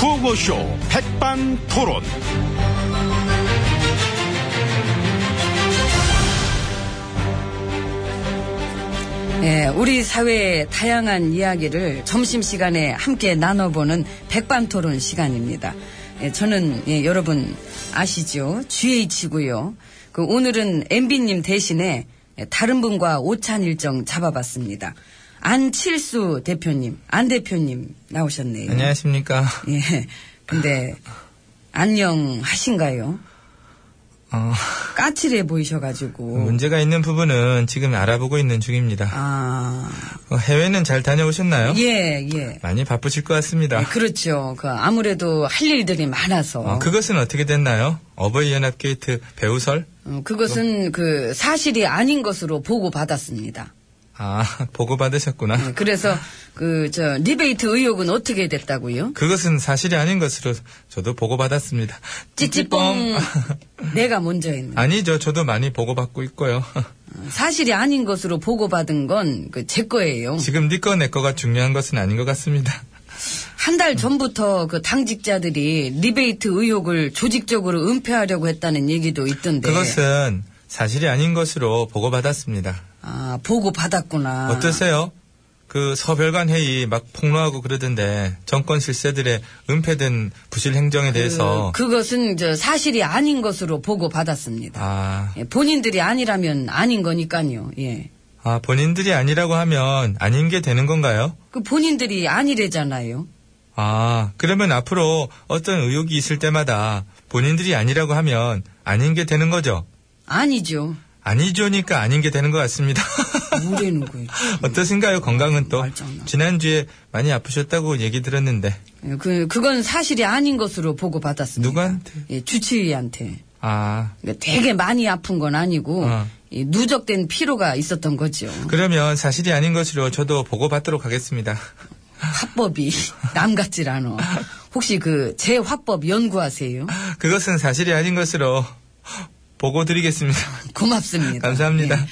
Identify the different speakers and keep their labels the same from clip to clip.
Speaker 1: 라디오쇼 백반토론.
Speaker 2: 예, 우리 사회의 다양한 이야기를 점심시간에 함께 나눠보는 백반토론 시간입니다. 예, 저는 예, 여러분 아시죠? GH고요. 그 오늘은 MB님 대신에 예, 다른 분과 오찬 일정 잡아봤습니다. 안칠수 대표님, 안 대표님 나오셨네요.
Speaker 3: 안녕하십니까.
Speaker 2: 예, 근데 안녕하신가요?
Speaker 3: 어,
Speaker 2: 까칠해 보이셔가지고.
Speaker 3: 문제가 있는 부분은 지금 알아보고 있는 중입니다.
Speaker 2: 아,
Speaker 3: 어, 해외는 잘 다녀오셨나요?
Speaker 2: 예, 예.
Speaker 3: 많이 바쁘실 것 같습니다.
Speaker 2: 네, 그렇죠. 그 아무래도 할 일들이 많아서
Speaker 3: 어, 그것은 어떻게 됐나요? 어버이 연합 게이트 배우설?
Speaker 2: 어, 그것은 그 사실이 아닌 것으로 보고 받았습니다.
Speaker 3: 아, 보고받으셨구나.
Speaker 2: 네, 그래서 그 저 리베이트 의혹은 어떻게 됐다고요?
Speaker 3: 그것은 사실이 아닌 것으로 저도 보고받았습니다.
Speaker 2: 찌찌뽕 내가 먼저 했네.
Speaker 3: 아니죠. 저도 많이 보고받고 있고요.
Speaker 2: 사실이 아닌 것으로 보고 받은 건 그 제 거예요.
Speaker 3: 지금 니꺼 내 거가 중요한 것은 아닌 것 같습니다.
Speaker 2: 한 달 전부터 그 당직자들이 리베이트 의혹을 조직적으로 은폐하려고 했다는 얘기도 있던데.
Speaker 3: 그것은 사실이 아닌 것으로 보고받았습니다.
Speaker 2: 아 보고 받았구나.
Speaker 3: 어떠세요? 그 서별관 회의 막 폭로하고 그러던데 정권 실세들의 은폐된 부실 행정에 대해서
Speaker 2: 그, 것은저 사실이 아닌 것으로 보고 받았습니다.
Speaker 3: 아,
Speaker 2: 예, 본인들이 아니라면 아닌 거니까요. 예.
Speaker 3: 아, 본인들이 아니라고 하면 아닌 게 되는 건가요?
Speaker 2: 그 본인들이 아니래잖아요.
Speaker 3: 아 그러면 앞으로 어떤 의혹이 있을 때마다 본인들이 아니라고 하면 아닌 게 되는 거죠?
Speaker 2: 아니죠.
Speaker 3: 아니죠니까 아닌 게 되는 것 같습니다.
Speaker 2: 뭐라는 거예요.
Speaker 3: 어떠신가요? 건강은 또
Speaker 2: 음, 말장난.
Speaker 3: 지난주에 많이 아프셨다고 얘기 들었는데
Speaker 2: 예, 그 그건 사실이 아닌 것으로 보고 받았습니다.
Speaker 3: 누구한테?
Speaker 2: 예, 주치의한테.
Speaker 3: 아
Speaker 2: 그러니까 되게 많이 아픈 건 아니고
Speaker 3: 어.
Speaker 2: 이 누적된 피로가 있었던 거죠.
Speaker 3: 그러면 사실이 아닌 것으로 저도 보고받도록 하겠습니다.
Speaker 2: 화법이 남 같질 않아. 혹시 그 제 화법 연구하세요?
Speaker 3: 그것은 사실이 아닌 것으로 보고 드리겠습니다.
Speaker 2: 고맙습니다.
Speaker 3: 감사합니다.
Speaker 2: 예.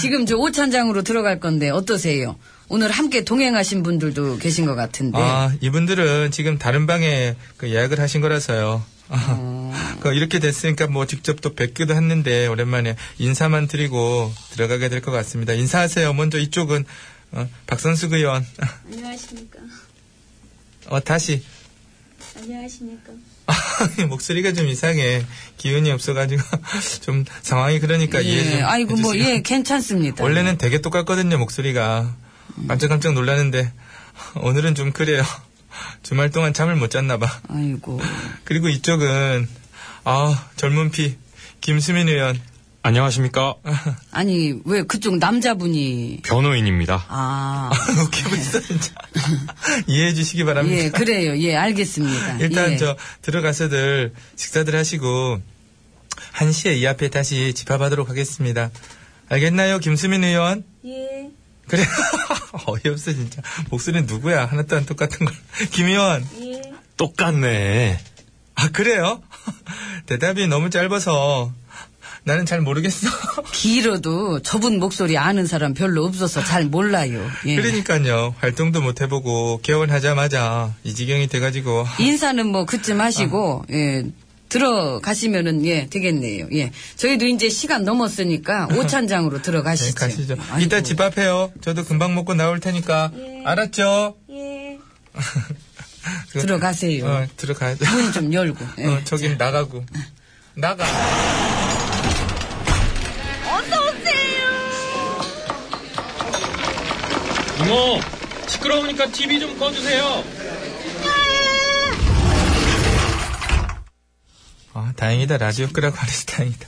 Speaker 2: 지금 저 오찬장으로 들어갈 건데 어떠세요? 오늘 함께 동행하신 분들도 계신 것 같은데.
Speaker 3: 아, 이분들은 지금 다른 방에 그 예약을 하신 거라서요. 아,
Speaker 2: 어.
Speaker 3: 그 이렇게 됐으니까 뭐 직접 또 뵙기도 했는데 오랜만에 인사만 드리고 들어가게 될 것 같습니다. 인사하세요. 먼저 이쪽은 어, 박선숙 의원.
Speaker 4: 안녕하십니까.
Speaker 3: 어, 다시
Speaker 4: 안녕하십니까.
Speaker 3: 아, 목소리가 좀 이상해. 기운이 없어가지고 좀 상황이 그러니까 이해 좀
Speaker 2: 아이고 뭐
Speaker 3: 해주세요.
Speaker 2: 예 괜찮습니다.
Speaker 3: 원래는 되게 똑같거든요, 목소리가. 깜짝깜짝 놀랐는데, 오늘은 좀 그래요. 주말 동안 잠을 못 잤나봐.
Speaker 2: 아이고
Speaker 3: 그리고 이쪽은, 아, 젊은 피, 김수민 의원.
Speaker 5: 안녕하십니까.
Speaker 2: 아니 왜 그쪽 남자분이
Speaker 5: 변호인입니다.
Speaker 2: 아.
Speaker 3: 웃기고 있어, 진짜. 이해해 주시기 바랍니다.
Speaker 2: 예, 그래요. 예, 알겠습니다.
Speaker 3: 일단
Speaker 2: 예.
Speaker 3: 저, 들어가서들 식사들 하시고, 1시에 이 앞에 다시 집합하도록 하겠습니다. 알겠나요, 김수민 의원?
Speaker 4: 예,
Speaker 3: 그래. 어이없어, 진짜. 목소리는 누구야? 하나도 안 똑같은 걸. 김 의원.
Speaker 4: 예.
Speaker 5: 똑같네.
Speaker 3: 아, 그래요? 대답이 너무 짧아서 나는 잘 모르겠어.
Speaker 2: 길어도 저분 목소리 아는 사람 별로 없어서 잘 몰라요. 예.
Speaker 3: 그러니까요. 활동도 못 해보고 개원하자마자 이 지경이 돼가지고 아,
Speaker 2: 인사는 뭐 그쯤 하시고 예. 들어가시면은 예 되겠네요. 예. 저희도 이제 시간 넘었으니까 오찬장으로
Speaker 3: 네,
Speaker 2: 들어가시죠.
Speaker 3: 가시죠.
Speaker 2: 아이고.
Speaker 3: 이따 집 앞에요. 저도 금방 먹고 나올 테니까
Speaker 4: 예.
Speaker 3: 알았죠?
Speaker 4: 예.
Speaker 3: 그-
Speaker 2: 들어가세요.
Speaker 3: 어, 들어가야죠.
Speaker 2: 문 좀 열고. 예.
Speaker 3: 어, 저긴 나가고 나가.
Speaker 5: 이모, 뭐, 시끄러우니까 TV 좀 꺼주세요.
Speaker 3: 아, 다행이다. 라디오 끄라고 안 해서 다행이다.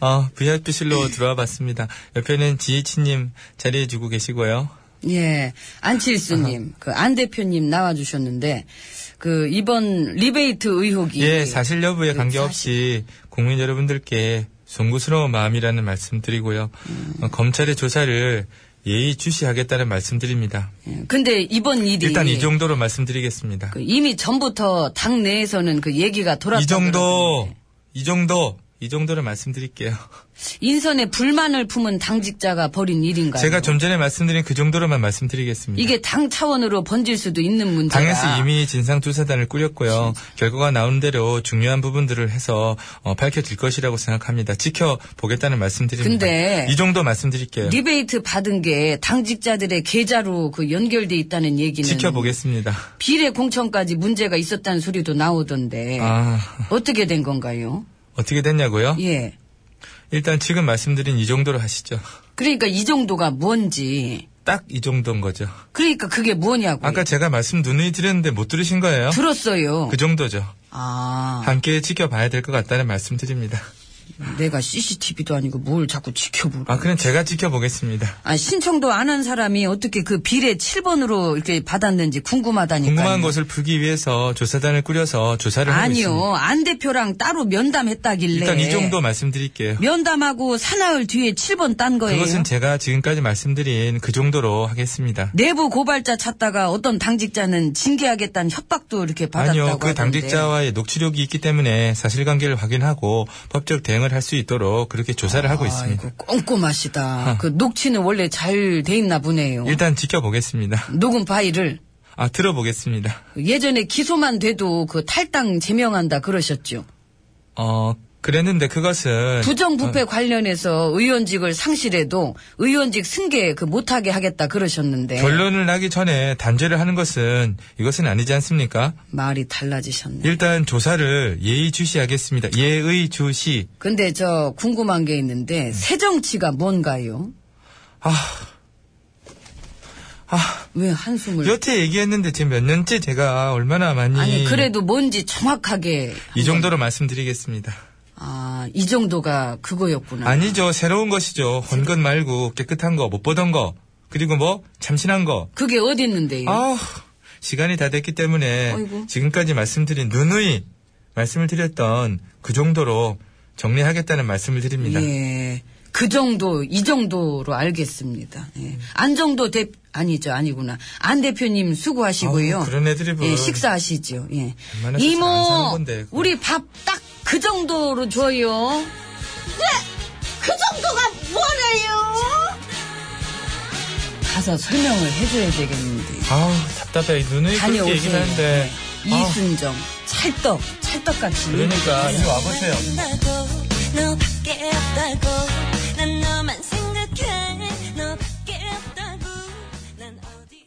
Speaker 3: 아, VIP실로 들어와 봤습니다. 옆에는 지혜치님 자리해주고 계시고요.
Speaker 2: 예. 안칠수님, 그 안 대표님 나와주셨는데 그 이번 리베이트 의혹이
Speaker 3: 예, 사실
Speaker 2: 그렇죠.
Speaker 3: 여부에 관계없이 국민 여러분들께 송구스러운 마음이라는 말씀 드리고요. 어, 검찰의 조사를 예의 주시하겠다는 말씀 드립니다.
Speaker 2: 예, 근데 이번 일이
Speaker 3: 일단 이 정도로 말씀드리겠습니다.
Speaker 2: 그 이미 전부터 당 내에서는 그 얘기가 돌았다.
Speaker 3: 이 정도,
Speaker 2: 그러던데.
Speaker 3: 이 정도, 이 정도로 말씀드릴게요.
Speaker 2: 인선에 불만을 품은 당직자가 벌인 일인가요?
Speaker 3: 제가 좀 전에 말씀드린 그 정도로만 말씀드리겠습니다.
Speaker 2: 이게 당 차원으로 번질 수도 있는 문제다.
Speaker 3: 당에서 이미 진상조사단을 꾸렸고요. 결과가 나온 대로 중요한 부분들을 해서 어, 밝혀질 것이라고 생각합니다. 지켜보겠다는 말씀드립니다.
Speaker 2: 근데 네.
Speaker 3: 이 정도 말씀드릴게요.
Speaker 2: 리베이트 받은 게 당직자들의 계좌로 그 연결돼 있다는 얘기는
Speaker 3: 지켜보겠습니다.
Speaker 2: 비례 공천까지 문제가 있었다는 소리도 나오던데
Speaker 3: 아,
Speaker 2: 어떻게 된 건가요?
Speaker 3: 어떻게 됐냐고요?
Speaker 2: 예.
Speaker 3: 일단 지금 말씀드린 이 정도로 하시죠.
Speaker 2: 그러니까 이 정도가 뭔지
Speaker 3: 딱 이 정도인 거죠.
Speaker 2: 그러니까 그게 뭐냐고
Speaker 3: 아까 제가 말씀 눈에 드렸는데 못 들으신 거예요?
Speaker 2: 들었어요.
Speaker 3: 그 정도죠.
Speaker 2: 아
Speaker 3: 함께 지켜봐야 될 것 같다는 말씀드립니다.
Speaker 2: 내가 CCTV도 아니고 뭘 자꾸 지켜보고.
Speaker 3: 아, 그럼 제가 지켜보겠습니다.
Speaker 2: 아, 신청도 안 한 사람이 어떻게 그 비례 7번으로 이렇게 받았는지 궁금하다니까요.
Speaker 3: 궁금한 것을 풀기 위해서 조사단을 꾸려서 조사를 하고 있습니다.
Speaker 2: 아니요. 네. 안 대표랑 따로 면담했다길래.
Speaker 3: 일단 이 정도 말씀드릴게요.
Speaker 2: 면담하고 사나흘 뒤에 7번 딴 거예요.
Speaker 3: 그것은 제가 지금까지 말씀드린 그 정도로 하겠습니다.
Speaker 2: 내부 고발자 찾다가 어떤 당직자는 징계하겠다는 협박도 이렇게 받았다고
Speaker 3: 아니요, 그
Speaker 2: 하던데.
Speaker 3: 당직자와의 녹취록이 있기 때문에 사실관계를 확인하고 법적 대응을 할 수 있도록 그렇게 조사를 하고 있습니다.
Speaker 2: 아이고 꼼꼼하시다. 그 녹취는 원래 잘 돼 있나 보네요.
Speaker 3: 일단 지켜보겠습니다.
Speaker 2: 녹음 파일을
Speaker 3: 아, 들어보겠습니다.
Speaker 2: 예전에 기소만 돼도 그 탈당 제명한다 그러셨죠.
Speaker 3: 어, 그랬는데 그것은 네.
Speaker 2: 부정부패 관련해서 의원직을 상실해도 의원직 승계 그 못하게 하겠다 그러셨는데
Speaker 3: 결론을 나기 전에 단죄를 하는 것은 이것은 아니지 않습니까?
Speaker 2: 말이 달라지셨네.
Speaker 3: 일단 조사를 예의주시하겠습니다. 예의주시.
Speaker 2: 근데 저 궁금한 게 있는데 새정치가 뭔가요?
Speaker 3: 아,
Speaker 2: 왜 한숨을?
Speaker 3: 여태 얘기했는데 지금 몇 년째 제가 얼마나 많이
Speaker 2: 아니 그래도 뭔지 정확하게
Speaker 3: 이 정도로 말씀드리겠습니다.
Speaker 2: 아이 정도가 그거였구나.
Speaker 3: 아니죠. 새로운 것이죠. 헌것 말고 깨끗한 거, 못 보던 거, 그리고 뭐 참신한 거.
Speaker 2: 그게 어디 있는데요?
Speaker 3: 아, 시간이 다 됐기 때문에
Speaker 2: 아이고.
Speaker 3: 지금까지 말씀드린 누누이 말씀을 드렸던 그 정도로 정리하겠다는 말씀을 드립니다.
Speaker 2: 예. 그 정도, 이 정도로 알겠습니다. 예. 안정도 대, 아니죠, 아니구나. 안 대표님 수고하시고요.
Speaker 3: 아우, 그런 애들이 뭐.
Speaker 2: 예, 식사하시죠. 예.
Speaker 3: 얼마나 식사 안 사는
Speaker 2: 이모,
Speaker 3: 건데, 그거.
Speaker 2: 우리 밥 딱 그 정도로 줘요.
Speaker 6: 그 정도가 뭐래요?
Speaker 2: 가서 설명을 해줘야 되겠는데.
Speaker 3: 아우, 답답해. 이 누누이
Speaker 2: 다녀오세요.
Speaker 3: 네, 그렇게 얘기를 하는데.
Speaker 2: 예.
Speaker 3: 아우,
Speaker 2: 이순정, 찰떡, 찰떡같이.
Speaker 3: 그러니까, 이리 와보세요.
Speaker 6: 없다고, 너밖에 없다고 난 너만 생각해 너밖에 없다고 난 어디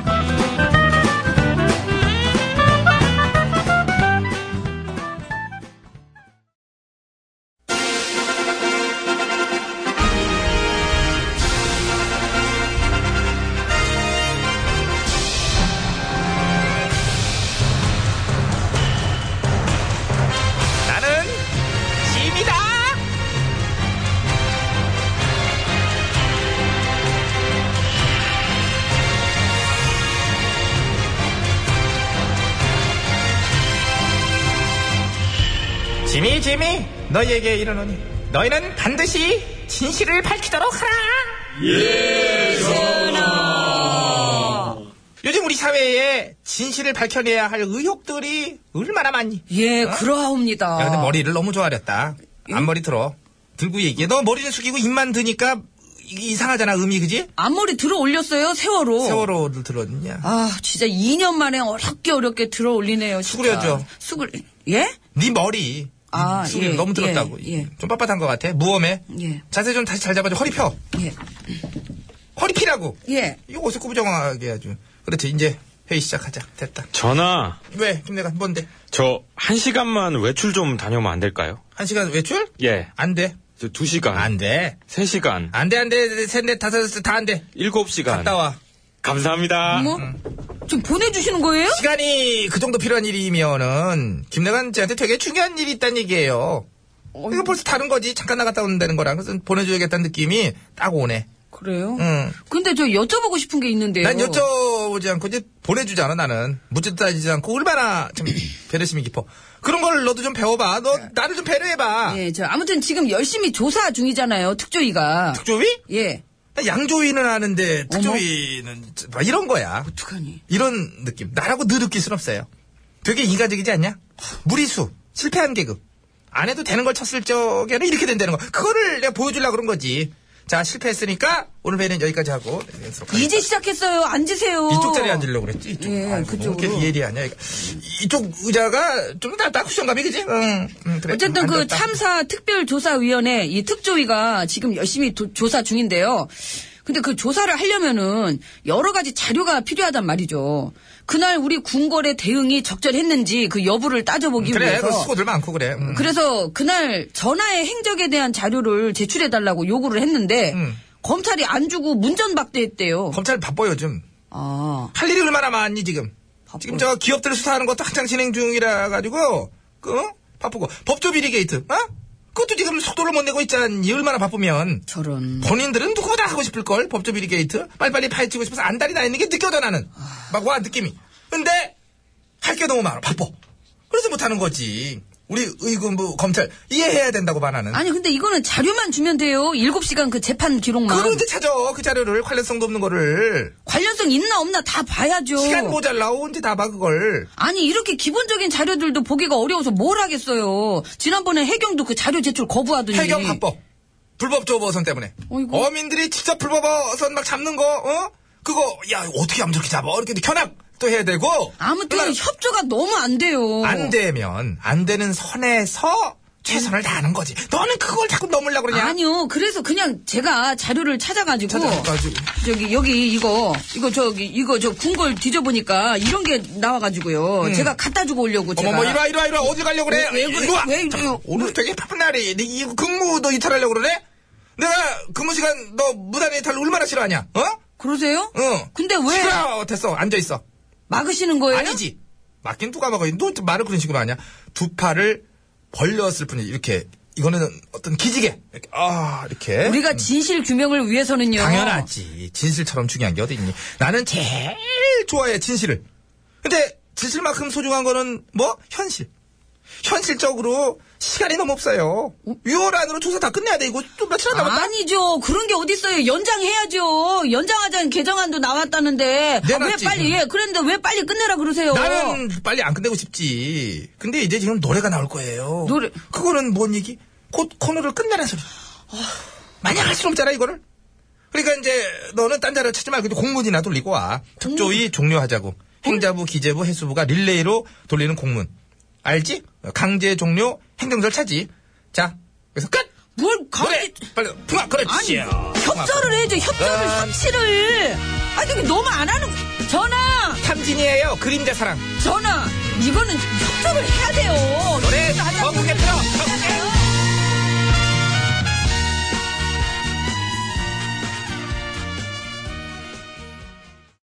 Speaker 1: 나는 짐이다.
Speaker 7: 지미 지미 너희에게 이르노니 너희는 반드시 진실을 밝히도록 하라 예전아 요즘 우리 사회에 진실을 밝혀내야 할 의혹들이 얼마나 많니
Speaker 2: 예,
Speaker 7: 야 근데
Speaker 2: 그러하옵니다.
Speaker 7: 머리를 너무 조아렸다
Speaker 2: 예?
Speaker 7: 앞머리 들어 들고 얘기해 너 머리는 숙이고 입만 드니까 이- 이상하잖아 음이 그지?
Speaker 2: 앞머리 들어 올렸어요, 세월호.
Speaker 7: 세월호를 들었냐
Speaker 2: 아, 진짜 2년 만에 어렵게 어렵게 들어 올리네요.
Speaker 7: 수그려져.
Speaker 2: 수글, 예?
Speaker 7: 네 머리
Speaker 2: 아,
Speaker 7: 숙이
Speaker 2: 예,
Speaker 7: 너무 들었다고
Speaker 2: 예, 예.
Speaker 7: 좀 빳빳한 것 같아 무엄해
Speaker 2: 예.
Speaker 7: 자세 좀 다시 잘 잡아줘 허리 펴
Speaker 2: 예.
Speaker 3: 허리 피라고.
Speaker 2: 예.
Speaker 3: 이거 어수구부정하게 아주. 그렇지, 이제 회의 시작하자. 됐다.
Speaker 5: 전화,
Speaker 3: 왜? 김 내가 뭔데?
Speaker 5: 저, 한 시간만 외출 좀 다녀오면 안 될까요?
Speaker 3: 한 시간 외출?
Speaker 5: 예.
Speaker 3: 안 돼.
Speaker 5: 저, 두 시간.
Speaker 3: 안 돼.
Speaker 5: 세 시간.
Speaker 3: 안 돼, 안 돼. 셋, 넷, 다섯, 여섯, 다안 돼.
Speaker 5: 일곱 시간.
Speaker 3: 갔다 와.
Speaker 5: 감사합니다.
Speaker 2: 뭐?
Speaker 3: 음,
Speaker 2: 좀 보내주시는 거예요?
Speaker 3: 시간이 그 정도 필요한 일이면은 김내관 씨한테 되게 중요한 일이 있다는 얘기예요. 어, 이거 벌써 다른 거지. 잠깐 나갔다 온다는 거랑 그래서 보내줘야겠다는 느낌이 딱 오네.
Speaker 2: 그래요?
Speaker 3: 응.
Speaker 2: 근데 저 여쭤보고 싶은 게 있는데요.
Speaker 3: 음. 난 여쭤보지 않고 이제 보내주잖아 나는 묻지도 따지지 않고 얼마나 참 배려심이 깊어. 그런 걸 너도 좀 배워봐. 너 나를 좀 배려해봐.
Speaker 2: 네. 예, 저 아무튼 지금 열심히 조사 중이잖아요, 특조위가.
Speaker 3: 특조위?
Speaker 2: 예.
Speaker 3: 나 양조위는 아는데 특조위는 막 이런 거야.
Speaker 2: 어떡하니?
Speaker 3: 이런 느낌. 나라고 늘 느낄 순 없어요. 되게 인간적이지 않냐? 무리수, 실패한 계급. 안 해도 되는 걸 쳤을 적에는 이렇게 된다는 거. 그거를 내가 보여주려고 그런 거지. 자, 실패했으니까 오늘 회의는 여기까지 하고.
Speaker 2: 이제 시작했어요. 앉으세요.
Speaker 3: 이쪽 자리에 앉으려고 그랬지? 이쪽.
Speaker 2: 예,
Speaker 3: 아이고,
Speaker 2: 그쪽으로.
Speaker 3: 이렇게 예리 하냐. 이거. 이쪽 의자가 좀 나, 나 쿠션감이, 그지? 응. 응, 그래.
Speaker 2: 어쨌든
Speaker 3: 음,
Speaker 2: 그
Speaker 3: 앉았다.
Speaker 2: 참사 특별조사위원회 이 특조위가 지금 열심히 도- 조사 중인데요. 근데 그 조사를 하려면은 여러 가지 자료가 필요하단 말이죠. 그날 우리 군궐의 대응이 적절했는지 그 여부를 따져보기
Speaker 3: 그래,
Speaker 2: 위해서.
Speaker 3: 그 수고들 많고 그래. 음.
Speaker 2: 그래서 그날 전화의 행적에 대한 자료를 제출해달라고 요구를 했는데
Speaker 3: 음.
Speaker 2: 검찰이 안 주고 문전박대했대요.
Speaker 3: 검찰 바빠, 요즘.
Speaker 2: 아,
Speaker 3: 할 일이 얼마나 많니 지금?
Speaker 2: 바빠요.
Speaker 3: 지금 저 기업들 수사하는 것도 한창 진행 중이라 가지고 그 어? 바쁘고 법조 비리 게이트, 어? 그것도 지금 속도를 못 내고 있잖니 얼마나 바쁘면
Speaker 2: 저런.
Speaker 3: 본인들은 누구보다 하고 싶을 걸 법조 비리 게이트 빨리빨리 파헤치고 싶어서 안달이 나 있는 게 느껴져 나는 막 와 느낌이. 근데 할 게 너무 많아 바빠. 그래서 못 하는 거지. 우리 의군부 검찰 이해해야 된다고 말 나는.
Speaker 2: 아니 근데 이거는 자료만 주면 돼요. 7시간 그 재판 기록만.
Speaker 3: 그걸 언제 찾아 그 자료를 관련성도 없는 거를
Speaker 2: 관련성 있나 없나 다 봐야죠.
Speaker 3: 시간 모자라 언제 다 봐 그걸.
Speaker 2: 아니 이렇게 기본적인 자료들도 보기가 어려워서 뭘 하겠어요. 지난번에 해경도 그 자료 제출 거부하더니.
Speaker 3: 해경 합법. 불법 조보선 때문에.
Speaker 2: 어이구.
Speaker 3: 어민들이 직접 불법 어선 막 잡는 거, 어? 그거, 야, 이거 어떻게 하면 저렇게 잡아? 이렇게 견학 도 해야 되고.
Speaker 2: 아무튼
Speaker 3: 그러나
Speaker 2: 협조가 너무 안 돼요.
Speaker 3: 안 되면, 안 되는 선에서 최선을 다하는 거지. 너는 그걸 자꾸 넘으려고 그러냐?
Speaker 2: 아니요. 뭐. 그래서 그냥 제가 자료를 찾아가지고
Speaker 3: 찾아가지고.
Speaker 2: 저기 여기 이거 이거 저기 이거 저 궁궐 뒤져보니까 이런 게 나와가지고요. 제가 갖다 주고 오려고 제가.
Speaker 3: 네. 어머, 뭐, 이리와, 이리와, 이리와, 어디 가려고 그래?
Speaker 2: 왜, 왜 그래?
Speaker 3: 이리 와.
Speaker 2: 왜 이래?
Speaker 3: 잠깐, 오늘 되게 바쁜 날이, 네 이거 근무도 이탈하려고 그러네? 내가 근무 시간 너 무단 이탈 얼마나 싫어하냐? 어?
Speaker 2: 그러세요?
Speaker 3: 응.
Speaker 2: 근데 왜
Speaker 3: 어. 싫어, 됐어. 앉아있어.
Speaker 2: 막으시는 거예요?
Speaker 3: 아니지. 맞긴 누가 막아. 너 말을 그런 식으로 하냐? 두 팔을 벌렸을 뿐이 이렇게 이거는 어떤 기지개. 이렇게 아 이렇게.
Speaker 2: 우리가 진실 규명을 위해서는요.
Speaker 3: 당연하지. 진실처럼 중요한 게 어디 있니? 나는 제일 좋아해 진실을. 근데 진실만큼 소중한 거는 뭐 현실. 현실적으로 시간이 너무 없어요. 6월 안으로 조사 다 끝내야 돼. 이거 좀 며칠 안 남았다.
Speaker 2: 아니죠. 그런 게 어딨어요. 연장해야죠. 연장하자는 개정안도 나왔다는데. 아, 왜
Speaker 3: 내놨지,
Speaker 2: 빨리,
Speaker 3: 그럼.
Speaker 2: 예, 그랬는데 왜 빨리 끝내라 그러세요?
Speaker 3: 나는 빨리 안 끝내고 싶지. 근데 이제 지금 노래가 나올 거예요.
Speaker 2: 노래.
Speaker 3: 그거는 뭔 얘기? 곧 코너를 끝내라는 소리. 마냥 할 수 없잖아, 이거를. 그러니까 이제 너는 딴 자료 찾지 말고 이제 공문이나 돌리고 와. 특조위 종료하자고. 행자부, 기재부, 해수부가 릴레이로 돌리는 공문. 알지? 강제 종료, 행정 절차지. 자, 그래서 끝!
Speaker 2: 뭘
Speaker 3: 노래!
Speaker 2: 강제,
Speaker 3: 빨리, 풍악!
Speaker 2: 아니,
Speaker 3: 그렇지.
Speaker 2: 협조를 해야죠. 협조를, 협치를. 아니, 근데 너무 안 하는, 전화!
Speaker 3: 탐진이에요. 그림자 사랑.
Speaker 2: 전화! 이거는 협조를 해야 돼요.
Speaker 3: 노래,
Speaker 2: 협조하자고.
Speaker 3: 네, 거북이 틀어. 거북이.